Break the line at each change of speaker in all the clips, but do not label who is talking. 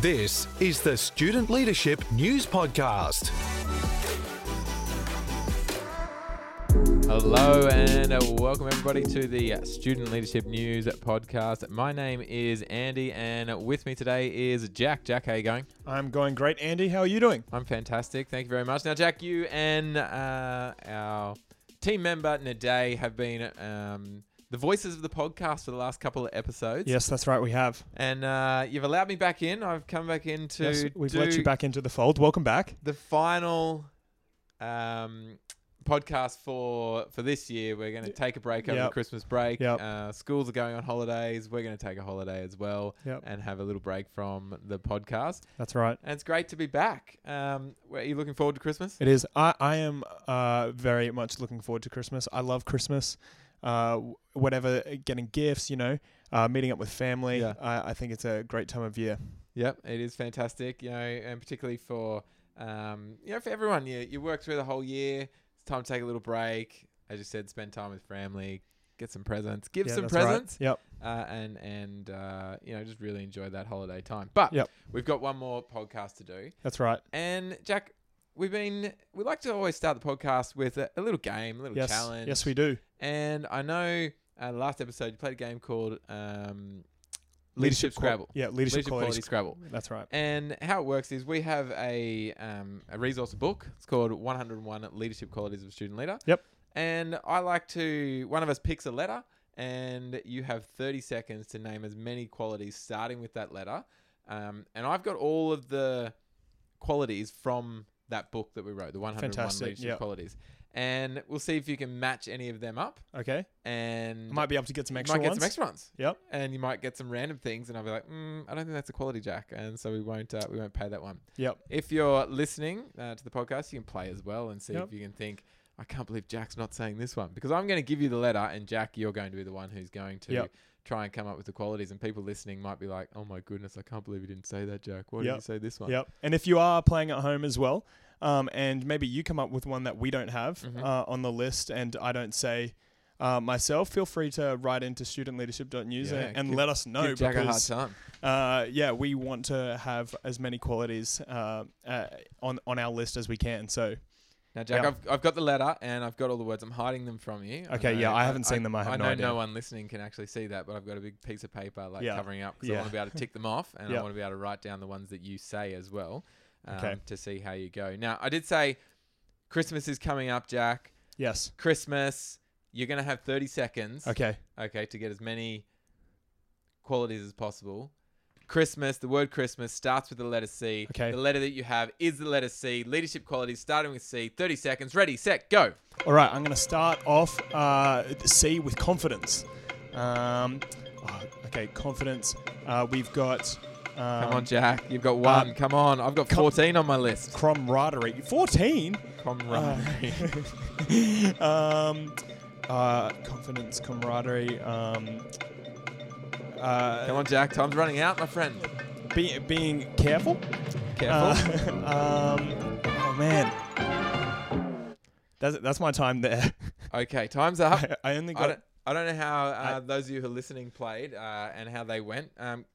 This is the Student Leadership News Podcast.
Hello and welcome everybody to the Student Leadership News podcast. My name is Andy and with me today is Jack. Jack, how you going?
I'm going great, Andy. How are you doing?
I'm fantastic. Thank you very much. Now, Jack, you and uh, our team member Naday have been um, the voices of the podcast for the last couple of episodes.
Yes, that's right. We have.
And uh, you've allowed me back in. I've come back in to
Yes, we've
do
let you back into the fold. Welcome back.
the final um, podcast for for this year. We're going to take a break over the
Yep.
Christmas break.
Yep.
Uh, schools are going on holidays. We're going to take a holiday as well
Yep.
and have a little break from the podcast.
That's right.
And it's great to be back. Um, wh- are you looking forward to Christmas?
It is. I, I am uh, very much looking forward to Christmas. I love Christmas. Uh, w- whatever, getting gifts, you know, uh, meeting up with family.
Yeah.
I, I think it's a great time of year.
Yep, it is fantastic. You know, and particularly for um, you know for everyone, you you work through the whole year. It's time to take a little break. As you said, spend time with family. Get some presents. Give
Yeah,
some
that's right.
presents.
Yep.
uh, and and uh, you know just really enjoy that holiday time. But
Yep.
we've got one more podcast to do,
That's right.
and Jack, we've been we like to always start the podcast with a, a little game, a little
Yes.
challenge.
Yes, we do.
And I know uh, last episode you played a game called um, Leadership,
qua-
Scrabble.
yeah, leadership,
Leadership
quality.
Quality Scrabble.
That's right.
And how it works is we have a um, a resource book. It's called 101 Leadership Qualities of a Student Leader.
Yep.
And I like to one of us picks a letter, and you have 30 seconds to name as many qualities starting with that letter. Um, and I've got all of the qualities from that book that we wrote, the 101
Fantastic,
Leadership
yep.
Qualities. And we'll see if you can match any of them up.
Okay.
And
I might be able to get some
Mm-hmm. you
extra
might get
ones.
some extra ones
Yep.
and you might get some random things, and I'll be like, mm, I don't think that's a quality jack, and so we won't uh, we won't pay that one.
Yep.
If you're listening uh, to the podcast, you can play as well and see if
Yep.
you can think. I can't believe Jack's not saying this one because I'm going to give you the letter, and Jack, you're going to be the one who's going to
Yep.
try and come up with the qualities. And people listening might be like, "Oh my goodness, I can't believe you didn't say that, Jack. Why did you
Yep.
say this one?"
Yep. And if you are playing at home as well, um, and maybe you come up with one that we don't have
Mhm.
uh, on the list, and I don't say uh, myself, feel free to write into studentleadership.news
Yeah,
and, and
give-
let us know
Give Jack a hard
because
time.
uh, yeah, we want to have as many qualities uh, uh, on on our list as we can. So
Now, Jack,
Yeah.
I've, I've got the letter and I've got all the words. I'm hiding them from you.
Okay, yeah,
know-
I haven't seen them. I have
I
no
know
idea.
no one listening can actually see that, but I've got a big piece of paper like
Yeah.
covering up because I
Yeah.
want to be able to tick them off and I
Yeah.
want to be able to write down the ones that you say as well um,
Okay.
to see how you go. Now, I did say Christmas is coming up, Jack.
yes,
Christmas, you're going to have 30 seconds,
okay,
okay, to get as many qualities as possible. Christmas, the word Christmas starts with the letter C.
Okay.
The letter that you have is the letter C. Leadership qualities starting with C. 30 seconds. Ready, set, go.
all right. I'm going to start off uh, C with confidence. Um, oh, okay, confidence. Uh, we've got. Um,
Come on, Jack. You've got one.
um,
Come on. I've got
com-
14 on my list.
camaraderie. 14?
Oh, Camaraderie.
um, uh, confidence, camaraderie. Um, uh,
Come on, Jack. Time's running out, my friend.
be, being careful. Uh,
Careful.
um, oh, man. That's, that's my time there.
okay, time's up.
I, I only
I
got.
don't, I don't know how uh, those of you who are listening played uh, and how they went. Um,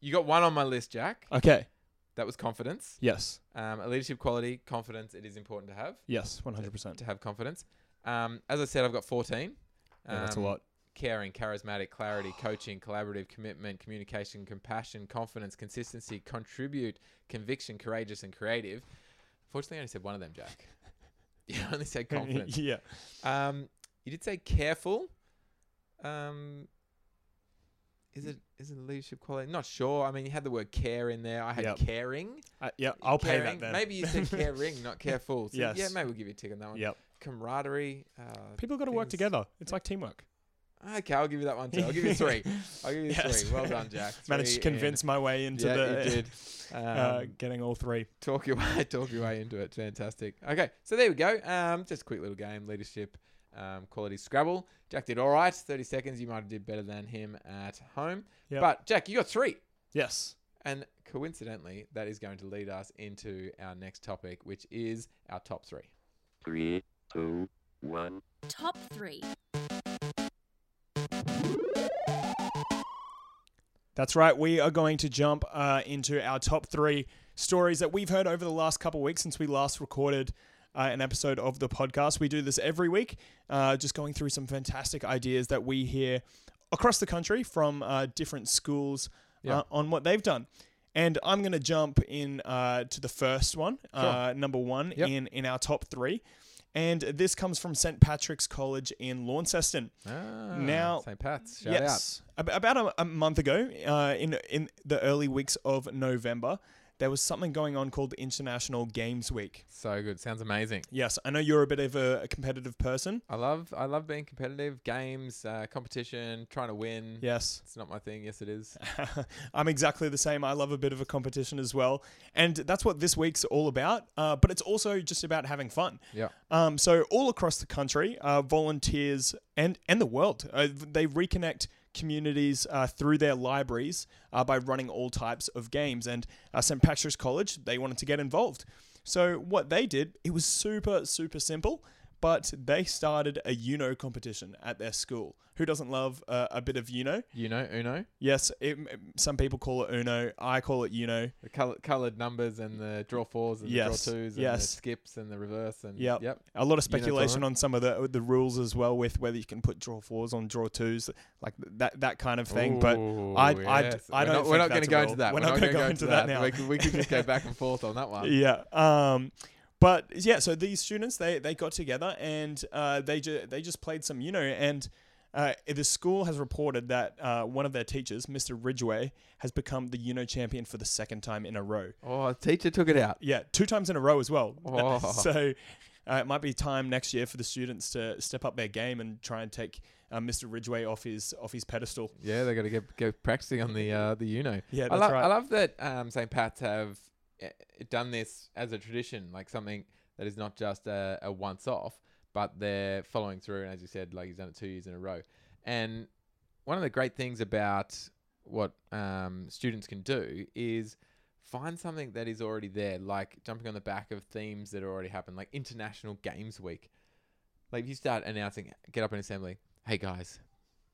you got one on my list, Jack.
Okay.
That was confidence.
Yes.
Um, a leadership quality, confidence, it is important to have,
Yes. 100%.
to have confidence. Um, as I said, I've got 14.
Yeah, that's a
Um,
lot.
caring, charismatic, clarity, coaching, collaborative, commitment, communication, compassion, confidence, consistency, contribute, conviction, courageous, and creative. Fortunately, I only said one of them, Jack. You only said confidence.
yeah.
Um, you did say careful. Um, is it is it a leadership quality? Not sure. I mean, you had the word care in there. I had
Yep.
caring.
Uh, yeah. I'll pay
Caring.
that then.
Maybe you said caring, not careful. So Yeah,
Yes.
maybe we'll give you a tick on that one.
Yep.
Camaraderie. Uh,
People got to work
Things-
together. It's like teamwork.
okay, I'll give you that one too. I'll give you three. I'll give you
Yes.
three. Well done, Jack.
Managed to
Three in.
convince my way into
yeah,
the.
you did. Um,
uh, getting all three.
talk your way, talk your way into it. Fantastic. Okay, so there we go. Um, just a quick little game, leadership, um, quality Scrabble. Jack did all right. Thirty seconds. You might have did better than him at home.
Yep.
But Jack, you got three.
Yes.
And coincidentally, that is going to lead us into our next topic, which is our top three.
Three, two, one.
Top 3.
That's right. We are going to jump uh, into our top three stories that we've heard over the last couple of weeks since we last recorded uh, an episode of the podcast. We do this every week, uh, just going through some fantastic ideas that we hear across the country from uh, different schools
Yeah.
uh, on what they've done. And I'm going to jump in uh, to the first one, uh, number one
Yep.
in, in our top three. And this comes from St. Patrick's College in Launceston.
Ah,
Now-
St. Pat's. Shout out.
Ab- About a, a month ago, uh, in in the early weeks of November, there was something going on called International Games Week.
So good. Sounds amazing.
Yes, I know you're a bit of a, a competitive person.
I love I love being competitive. Games, uh, competition, trying to win.
Yes,
It's not my thing. Yes, it is.
I'm exactly the same. I love a bit of a competition as well, and that's what this week's all about. Uh, but it's also just about having fun.
Yeah.
Um, so all across the country, uh, volunteers and and the world, uh, they reconnect communities uh, through their libraries uh, by running all types of games. And uh, St Patrick's College, they wanted to get involved. So what they did, it was super super simple. But they started a Uno competition at their school. Who doesn't love uh, a bit of Uno?
You know, Uno,
Yes, it, some people call it Uno. I call it Uno.
the color, colored numbers and the draw fours and
Yes,
the draw twos and the
yes.
skips and the reverse and
Yep.
yep.
A lot of
You know,
speculation
Tyler?
on some of the the rules as well, with whether you can put draw fours on draw twos, like that that kind of thing. but
Ooh,
I I,
yes.
I
We're not-
don't. think
We're not going
that's
to
a
go
rule.
into that.
We're, not going to go
gonna
into that, now.
We, could- we could just go back and forth on that one.
yeah. Um, but yeah, so these students they they got together and uh, they ju- they just played some Uno and. Uh, the school has reported that uh, one of their teachers, Mr. Ridgway, has become the Uno champion for the second time in a row.
Oh, teacher took it out.
Yeah, two times in a row as well.
Oh.
so uh, it might be time next year for the students to step up their game and try and take uh, Mr. Ridgway off his off his pedestal.
Yeah, they got to get get practicing on the uh, the Uno.
Yeah,
I
that's
love
right.
I love that um, St. Pat's have eh, done this as a tradition, like something that is not just a, a once off, but they're following through. And as you said, like he's done it two years in a row. And one of the great things about what um, students can do is find something that is already there, like jumping on the back of themes that already happened, like International Games Week. Like if you start announcing, get up in assembly, hey guys,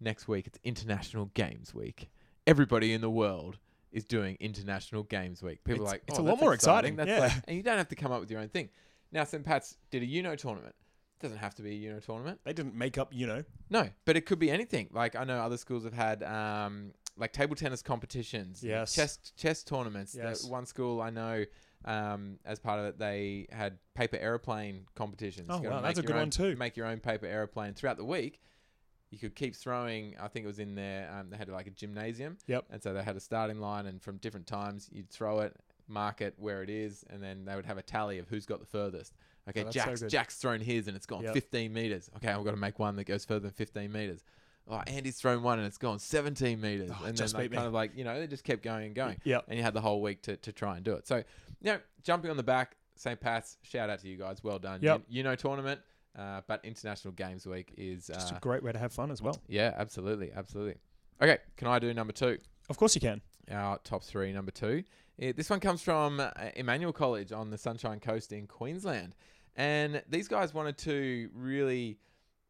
next week it's International Games Week. Everybody in the world is doing International Games Week. People
It's-
are like,
it's
"Oh,
a lot
that's
more exciting,
That's
yeah.
like, and you don't have to come up with your own thing. Now, St. Pat's did a Uno tournament. doesn't have to be a Uno tournament.
They didn't make up Uno.
No, but it could be anything. Like I know other schools have had um, like table tennis competitions,
Yes.
chess chess tournaments. The
Yes.
one school I know um, as part of it, they had paper airplane competitions.
Oh,
You gotta
wow, that's
make your
a good
own-
one too.
Make your own paper airplane throughout the week. You could keep throwing. I think it was in there. Um, they had like a gymnasium,
Yep.
and so they had a starting line, and from different times you'd throw it, mark it where it is, and then they would have a tally of who's got the furthest. Okay,
Oh, that's so
Jack's
good.
Jack's thrown his, and it's gone
Yep.
15 meters. Okay, I've got to make one that goes further than 15 meters. Oh, Andy's thrown one, and it's gone 17 meters.
Oh,
and then
just
they
beat me.
kind of like you know they just kept going and going.
Yep.
And you had the whole week to, to try and do it. So you know, jumping on the back, St. Pat's, shout out to you guys, well done.
Yep.
You, you know tournament, uh, but International Games Week is
Just
uh,
a great way to have fun as well.
yeah, absolutely, absolutely. Okay, can I do number two?
Of course you can.
our top three. Number two, Uh, this one comes from uh, Emmanuel College on the Sunshine Coast in Queensland, and these guys wanted to really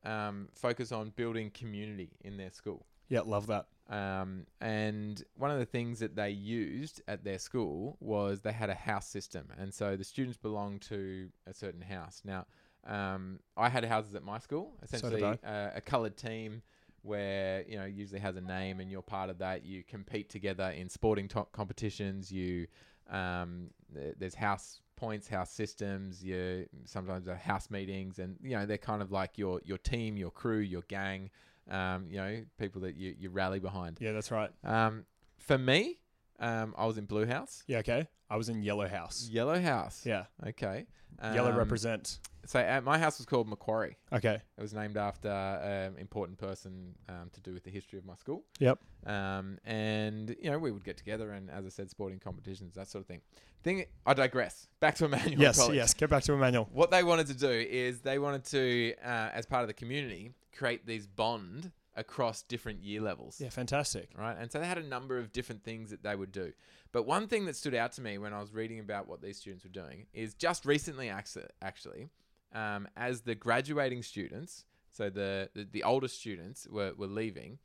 um, focus on building community in their school.
Yeah, love that.
Um, and one of the things that they used at their school was they had a house system, and so the students belonged to a certain house. Now, um, I had houses at my school, essentially
I.
uh, a coloured team where you know usually has a name, and you're part of that. You compete together in sporting to- competitions. You um, th- there's house points, house systems. You sometimes there are house meetings, and you know they're kind of like your your team, your crew, your gang. Um, you know people that you, you rally behind.
Yeah, that's right.
Um, for me, um, I was in Blue House,
Yeah, okay. I was in Yellow House.
Yellow House.
Yeah,
Okay.
Yellow
Um,
represent.
So uh, my house was called Macquarie.
Okay.
It was named after an important person um, to do with the history of my school.
Yep.
Um, and you know we would get together and, as I said, sporting competitions, that sort of thing. Thing I digress. Back to Emmanuel
Yes,
College.
yes. Get back to Emmanuel.
What they wanted to do is they wanted to, uh, as part of the community, create these bond across different year levels
Yeah, fantastic.
right? And so they had a number of different things that they would do. But one thing that stood out to me when I was reading about what these students were doing is just recently, actu- actually, um, as the graduating students, so the the, the older students were, were leaving,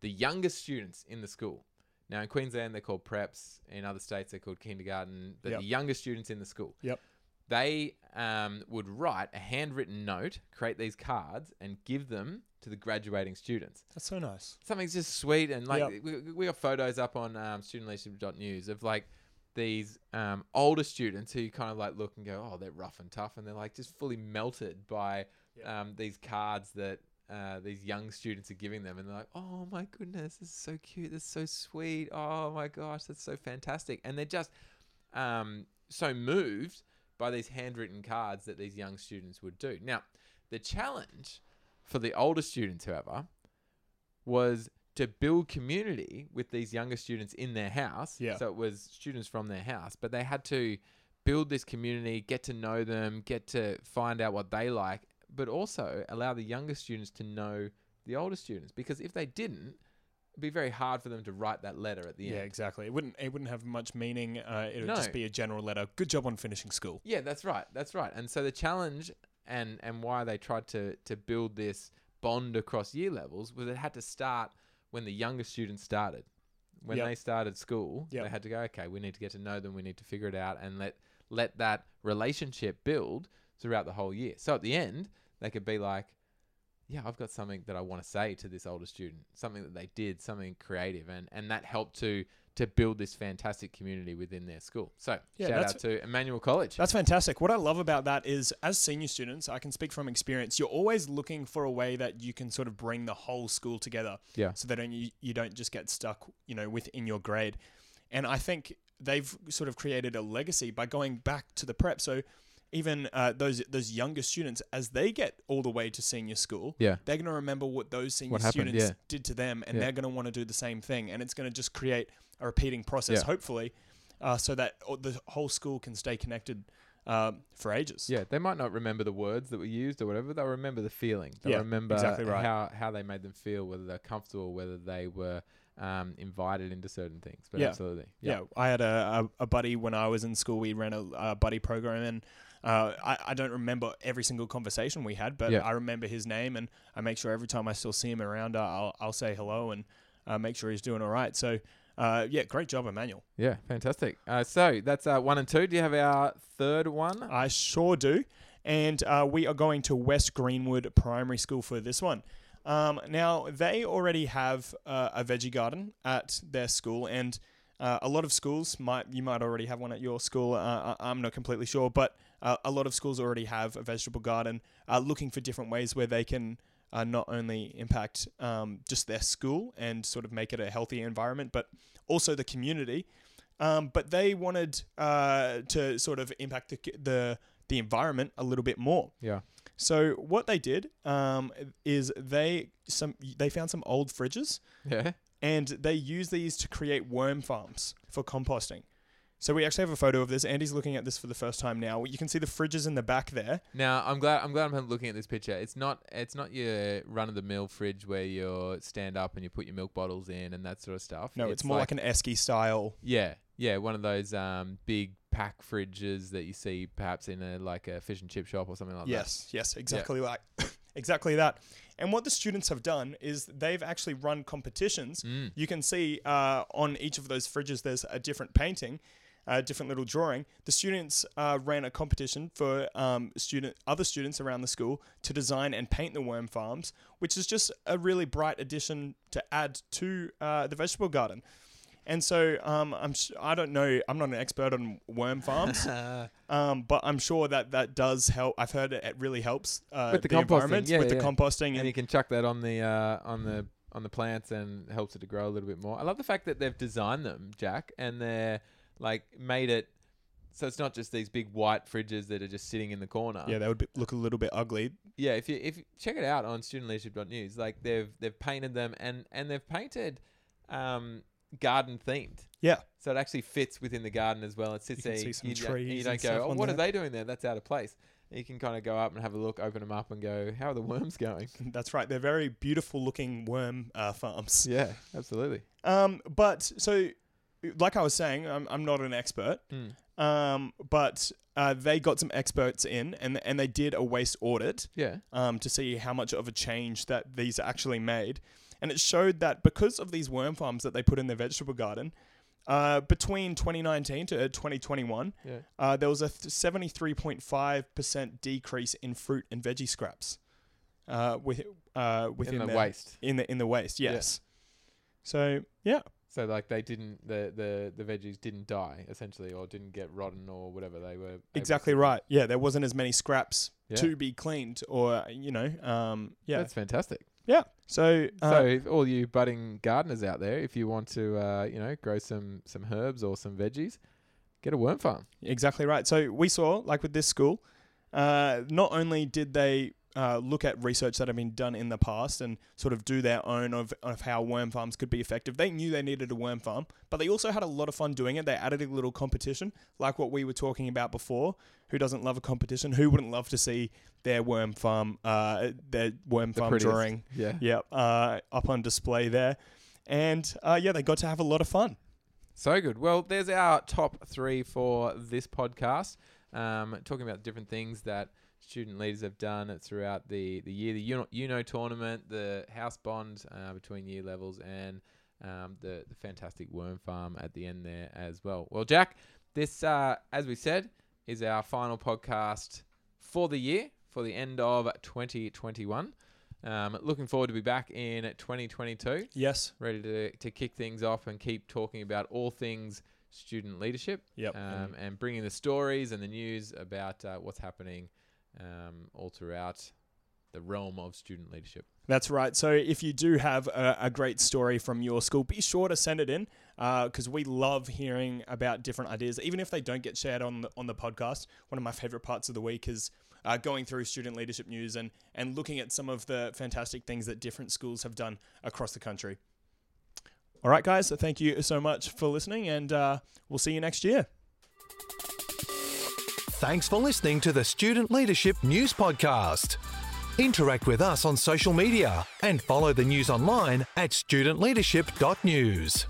the youngest students in the school Now, in Queensland, they're called preps. In other states, they're called kindergarten. They're the
Yep.
younger students in the school.
Yep.
They um, would write a handwritten note, create these cards, and give them to the graduating students.
That's so nice.
Something's just sweet. And like,
Yep.
we, we got photos up on um, studentleadership.news of like these um, older students who kind of like look and go, oh, they're rough and tough. And they're like just fully melted by um, these cards that uh, these young students are giving them, and they're like, "Oh my goodness, this is so cute. This is so sweet. Oh my gosh, that's so fantastic." And they're just um, so moved by these handwritten cards that these young students would do. Now, the challenge for the older students, however, was to build community with these younger students in their house.
Yeah.
So it was students from their house, but they had to build this community, get to know them, get to find out what they like, but also allow the younger students to know the older students. Because if they didn't, it'd be very hard for them to write that letter at the
Yeah,
end.
exactly. It wouldn't. It wouldn't have much meaning. Uh, it would
No.
just be a general letter. Good job on finishing school.
Yeah, that's right. That's right. And so the challenge and and why they tried to to build this bond across year levels was it had to start when the younger students started. When
Yep.
they started school,
Yep.
they had to go, okay, we need to get to know them, we need to figure it out and let let that relationship build throughout the whole year. So at the end, they could be like, yeah, I've got something that I want to say to this older student, something that they did, something creative, and and that helped to to build this fantastic community within their school. So
Yeah,
shout
that's-
out to Emmanuel College.
That's fantastic. What I love about that is, as senior students, I can speak from experience. You're always looking for a way that you can sort of bring the whole school together.
Yeah.
So that don't- you you don't just get stuck, you know, within your grade. And I think they've sort of created a legacy by going back to the prep. So even uh, those those younger students, as they get all the way to senior school,
Yeah.
they're going to remember what those senior
What happened,
students
yeah.
did to them, and
Yeah.
they're going to want to do the same thing, and it's going to just create a repeating process,
Yeah.
hopefully, uh, so that o- the whole school can stay connected um, for ages.
Yeah, they might not remember the words that were used or whatever. They'll remember the feeling. They'll
Yeah,
remember
exactly right.
how, how they made them feel, whether they're comfortable, whether they were um, invited into certain things. But
Yeah.
absolutely.
Yeah, I had a, a, a buddy when I was in school. We ran a, a buddy program, and uh, I, I don't remember every single conversation we had, but
Yeah.
I remember his name, and I make sure every time I still see him around, uh, I'll, I'll say hello and uh, make sure he's doing all right. So, uh, yeah, great job, Emmanuel.
Yeah, fantastic. Uh, so that's uh, one and two. Do you have our third one?
I sure do. And uh, we are going to West Greenwood Primary School for this one. Um, now, they already have uh, a veggie garden at their school, and uh, a lot of schools might, you might already have one at your school. Uh, I- I'm not completely sure, but uh, a lot of schools already have a vegetable garden, uh, looking for different ways where they can uh, not only impact um, just their school and sort of make it a healthy environment, but also the community. Um, but they wanted uh, to sort of impact the, the the environment a little bit more.
Yeah.
So what they did um, is they some they found some old fridges
Yeah.
and they use these to create worm farms for composting. So we actually have a photo of this. Andy's looking at this for the first time now. You can see the fridges in the back there.
Now I'm glad I'm glad I'm looking at this picture. It's not it's not your run of the mill fridge where you stand up and you put your milk bottles in and that sort of stuff.
No, it's, more like, an esky style.
Yeah, yeah, one of those um, big pack fridges that you see perhaps in a like a fish and chip shop or something like
Yes, yes, exactly like exactly that. And what the students have done is they've actually run competitions.
Mm.
You can see uh, on each of those fridges there's a different painting, a different little drawing. The students uh, ran a competition for um, student other students around the school to design and paint the worm farms, which is just a really bright addition to add to uh, the vegetable garden. And so um, I'm sh- I don't know I'm not an expert on worm farms, um, but I'm sure that that does help. I've heard it, it really helps uh,
With the composting,
environment
yeah,
with
yeah.
the composting
that.
and,
And you can chuck that on the uh, on the on the plants and helps it to grow a little bit more. I love the fact that they've designed them, Jack, and they're like made it so it's not just these big white fridges that are just sitting in the corner.
yeah, that would be, look a little bit ugly.
yeah. If you if you check it out on studentleadership.news, like they've they've painted them and and they've painted um, garden themed.
Yeah,
So it actually fits within the garden as well. It sits
can
there.
see some
you, don't- and you
trees
don't
and
go,
stuff
oh,
on
what are
there."
they doing there? That's out of place. And you can kind of go up and have a look, open them up, and go, how are the worms going?
that's right. They're very beautiful looking worm uh, farms.
yeah, absolutely.
Um, but so, like I was saying, I'm, I'm not an expert.
Hmm.
Um, but uh, they got some experts in, and and they did a waste audit.
Yeah.
um, to see how much of a change that these actually made. and it showed that because of these worm farms that they put in their vegetable garden, uh, between 2019 to uh, 2021,
Yeah.
uh, there was a th- 73.5% decrease in fruit and veggie scraps uh, with, uh, within
the
their-
waste.
In the, in the waste, yes. So, yeah.
So like they didn't the the the veggies didn't die essentially or didn't get rotten or whatever they were. able to-
Exactly right. Yeah, there wasn't as many scraps
Yeah.
to be cleaned, or you know, um, yeah,
That's fantastic.
yeah. So, uh,
so if all you budding gardeners out there, if you want to uh, you know grow some some herbs or some veggies, get a worm farm.
exactly right. So we saw, like with this school, uh, not only did they uh, look at research that had been done in the past and sort of do their own of, of how worm farms could be effective. They knew they needed a worm farm, but they also had a lot of fun doing it. They added a little competition, like what we were talking about before. Who doesn't love a competition? Who wouldn't love to see their worm farm, uh, their worm farm
prettiest.
drawing
Yeah.
yeah, uh, up on display there. And uh, yeah, they got to have a lot of fun.
So good. Well, there's our top three for this podcast. Um, talking about different things that student leaders have done throughout the, the year, the Uno, Uno tournament, the house bond uh, between year levels, and um, the, the fantastic worm farm at the end there as well. Well, Jack, this, uh, as we said, is our final podcast for the year, for the end of 2021. Um, looking forward to be back in 2022
Yes.
ready to, to kick things off and keep talking about all things student leadership
Yep.
um, and bringing the stories and the news about uh, what's happening um, all throughout the realm of student leadership.
That's right. So if you do have a, a great story from your school, be sure to send it in because we love hearing about different ideas, even if they don't get shared on the, on the podcast. One of my favorite parts of the week is uh, going through student leadership news and, and looking at some of the fantastic things that different schools have done across the country. All right, guys. So thank you so much for listening, and uh, we'll see you next year.
Thanks for listening to the Student Leadership News Podcast. Interact with us on social media and follow the news online at studentleadership.news.